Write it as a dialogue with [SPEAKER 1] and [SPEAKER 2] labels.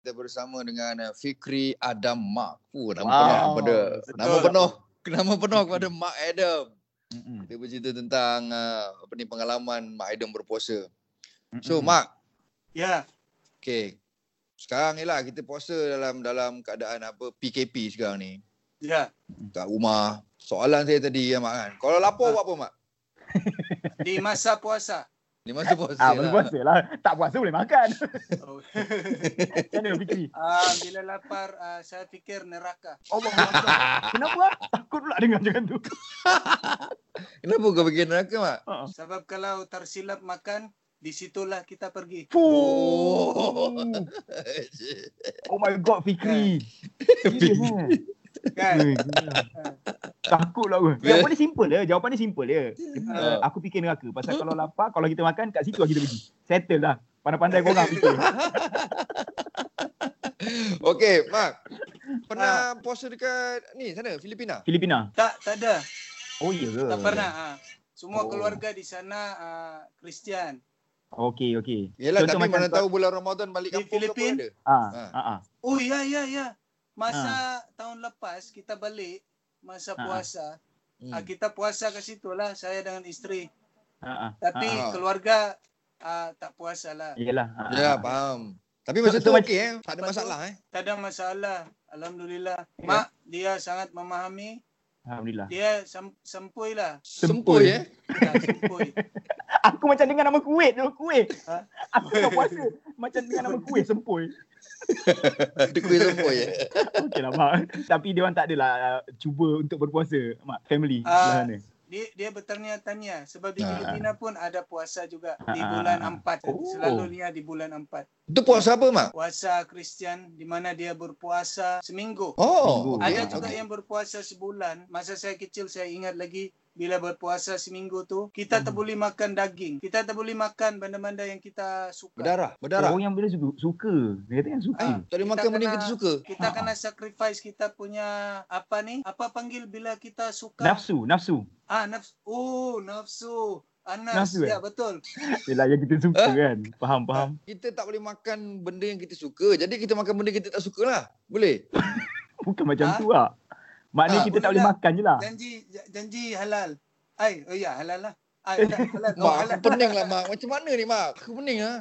[SPEAKER 1] kita bersama dengan uh, Fikri Adam Mak. Uh, nama
[SPEAKER 2] Wow.
[SPEAKER 1] penuh kepada
[SPEAKER 2] Betul.
[SPEAKER 1] nama penuh nama penuh kepada Mak Adam.
[SPEAKER 2] Mm-mm.
[SPEAKER 1] Dia bercerita tentang uh, apa ni pengalaman Mak Adam berpuasa. So
[SPEAKER 2] Mm-mm.
[SPEAKER 1] Mak,
[SPEAKER 3] Ya,
[SPEAKER 1] okay. Sekarang ni lah kita puasa dalam dalam keadaan apa PKP sekarang ni.
[SPEAKER 3] ya.
[SPEAKER 1] Kat rumah. Soalan saya tadi ya Mak kan. Kalau lapar
[SPEAKER 3] Ah.
[SPEAKER 1] buat apa Mak?
[SPEAKER 3] Di masa puasa.
[SPEAKER 1] Di masa puasa. Ah,
[SPEAKER 2] Ah, boleh puasa lah. Tak puasa boleh makan.
[SPEAKER 3] Oh.
[SPEAKER 2] Macam mana fikri?
[SPEAKER 3] Ah, bila lapar, ah, saya fikir neraka.
[SPEAKER 2] Allah Allah. Kenapa? ah? Takut pula dengar macam tu.
[SPEAKER 1] Kenapa kau pergi neraka Mak?
[SPEAKER 2] Ah.
[SPEAKER 3] Sebab kalau tersilap makan, di situlah kita pergi.
[SPEAKER 2] Fuh. Oh my god Fikri. Serius, eh?
[SPEAKER 3] Kan?
[SPEAKER 2] Eh, gila. Takut lah aku.
[SPEAKER 1] Bila-
[SPEAKER 2] Jawapan dia simple je. Jawapan dia simple je.
[SPEAKER 1] Ah.
[SPEAKER 2] Uh, aku fikir neraka. Pasal kalau lapar, kalau kita makan, kat situ lah kita pergi. Settle lah. Pandai-pandai korang fikir.
[SPEAKER 1] Okay Mak.
[SPEAKER 2] Ah.
[SPEAKER 1] Pernah puasa dekat ni sana Filipina?
[SPEAKER 2] Filipina.
[SPEAKER 3] Tak, tak ada.
[SPEAKER 2] Oh iya ke?
[SPEAKER 3] Tak pernah. ah.
[SPEAKER 1] Oh.
[SPEAKER 3] Semua keluarga di sana ah, Kristian.
[SPEAKER 2] Okey, okey.
[SPEAKER 1] Yelah
[SPEAKER 2] Contoh
[SPEAKER 1] tapi
[SPEAKER 2] macam
[SPEAKER 1] mana
[SPEAKER 2] kau-
[SPEAKER 1] tahu bulan Ramadan balik
[SPEAKER 3] Di
[SPEAKER 1] kampung ke apa
[SPEAKER 3] Filipin?
[SPEAKER 1] ada.
[SPEAKER 2] Ah,
[SPEAKER 1] Ah.
[SPEAKER 2] ah, ah.
[SPEAKER 3] Oh, ya, ya, ya. Masa tahun lepas, kita balik. Masa
[SPEAKER 2] Ah.
[SPEAKER 3] puasa.
[SPEAKER 1] Hmm.
[SPEAKER 3] Ah, kita puasa ke situ lah, saya dengan isteri.
[SPEAKER 2] Ah, ah.
[SPEAKER 3] Tapi
[SPEAKER 2] Ah, ah.
[SPEAKER 1] Ah.
[SPEAKER 3] keluarga ah, tak puasa lah.
[SPEAKER 2] Yelah. ah, ah.
[SPEAKER 1] Ya, faham. Tapi masa tu
[SPEAKER 2] So- so
[SPEAKER 1] okey eh. Tak ada
[SPEAKER 3] Lepas tu-
[SPEAKER 1] masalah eh.
[SPEAKER 3] Tak ada masalah. Alhamdulillah.
[SPEAKER 2] Ya.
[SPEAKER 3] Mak, dia sangat memahami.
[SPEAKER 2] Alhamdulillah.
[SPEAKER 3] Dia sem- sempoi lah.
[SPEAKER 1] Sempoi
[SPEAKER 2] Sempoi.
[SPEAKER 1] eh.
[SPEAKER 3] Ya, sempoi.
[SPEAKER 2] Aku macam dengar nama kuih tu, kuih.
[SPEAKER 3] Ha?
[SPEAKER 2] Aku tak puasa. Macam dengar nama kuih sempoi.
[SPEAKER 1] Ada kuih sempoi eh.
[SPEAKER 2] Okey lah Mak. Tapi dia orang tak adalah uh, cuba untuk berpuasa, Mak. Family uh,
[SPEAKER 3] Ah.
[SPEAKER 2] sana.
[SPEAKER 3] Dia, dia bertanya-tanya. Sebab di
[SPEAKER 1] Ah.
[SPEAKER 3] Filipina pun ada puasa juga. Di
[SPEAKER 2] Ah.
[SPEAKER 3] bulan empat.
[SPEAKER 2] Oh.
[SPEAKER 3] Selalunya di bulan empat.
[SPEAKER 1] Itu puasa apa mak?
[SPEAKER 3] Puasa Kristian di mana dia berpuasa
[SPEAKER 1] Oh,
[SPEAKER 3] seminggu.
[SPEAKER 2] Minggu.
[SPEAKER 1] okey,
[SPEAKER 3] Ada juga
[SPEAKER 1] okey.
[SPEAKER 2] ya.
[SPEAKER 3] yang berpuasa sebulan. Masa saya kecil saya ingat lagi bila berpuasa seminggu tu kita tak
[SPEAKER 2] Hmm.
[SPEAKER 3] boleh makan daging. Kita tak boleh makan benda-benda yang kita suka.
[SPEAKER 1] berdarah, berdarah.
[SPEAKER 2] Oh, yang bila suka. suka. Dia kata kan suka.
[SPEAKER 1] Eh, tak boleh makan
[SPEAKER 3] Kita
[SPEAKER 1] benda yang
[SPEAKER 3] kena-
[SPEAKER 1] kita suka.
[SPEAKER 3] Kita
[SPEAKER 2] Ha.
[SPEAKER 3] kena sacrifice kita punya apa ni? Apa panggil bila kita suka?
[SPEAKER 2] Nafsu, nafsu.
[SPEAKER 3] Ah, nafsu. Oh, nafsu. Anas.
[SPEAKER 2] Nafsu,
[SPEAKER 3] Nafsu,
[SPEAKER 2] eh?
[SPEAKER 3] ya, betul.
[SPEAKER 2] Yelah yang kita suka
[SPEAKER 1] Ah.
[SPEAKER 2] kan. Faham, faham.
[SPEAKER 1] Kita tak boleh makan benda yang kita suka. Jadi kita makan benda kita tak suka lah. Boleh?
[SPEAKER 2] Bukan macam
[SPEAKER 3] Ah.
[SPEAKER 2] tu lah. Maknanya
[SPEAKER 1] Ah,
[SPEAKER 2] kita tak boleh
[SPEAKER 3] boleh lah.
[SPEAKER 2] makan je lah.
[SPEAKER 3] Janji janji halal.
[SPEAKER 2] Eh.
[SPEAKER 3] Ai, oh ya, halal lah. Ai, tak, halal. Oh,
[SPEAKER 1] Mak,
[SPEAKER 3] halal.
[SPEAKER 1] aku pening lah mak. Macam mana ni mak? Aku pening lah.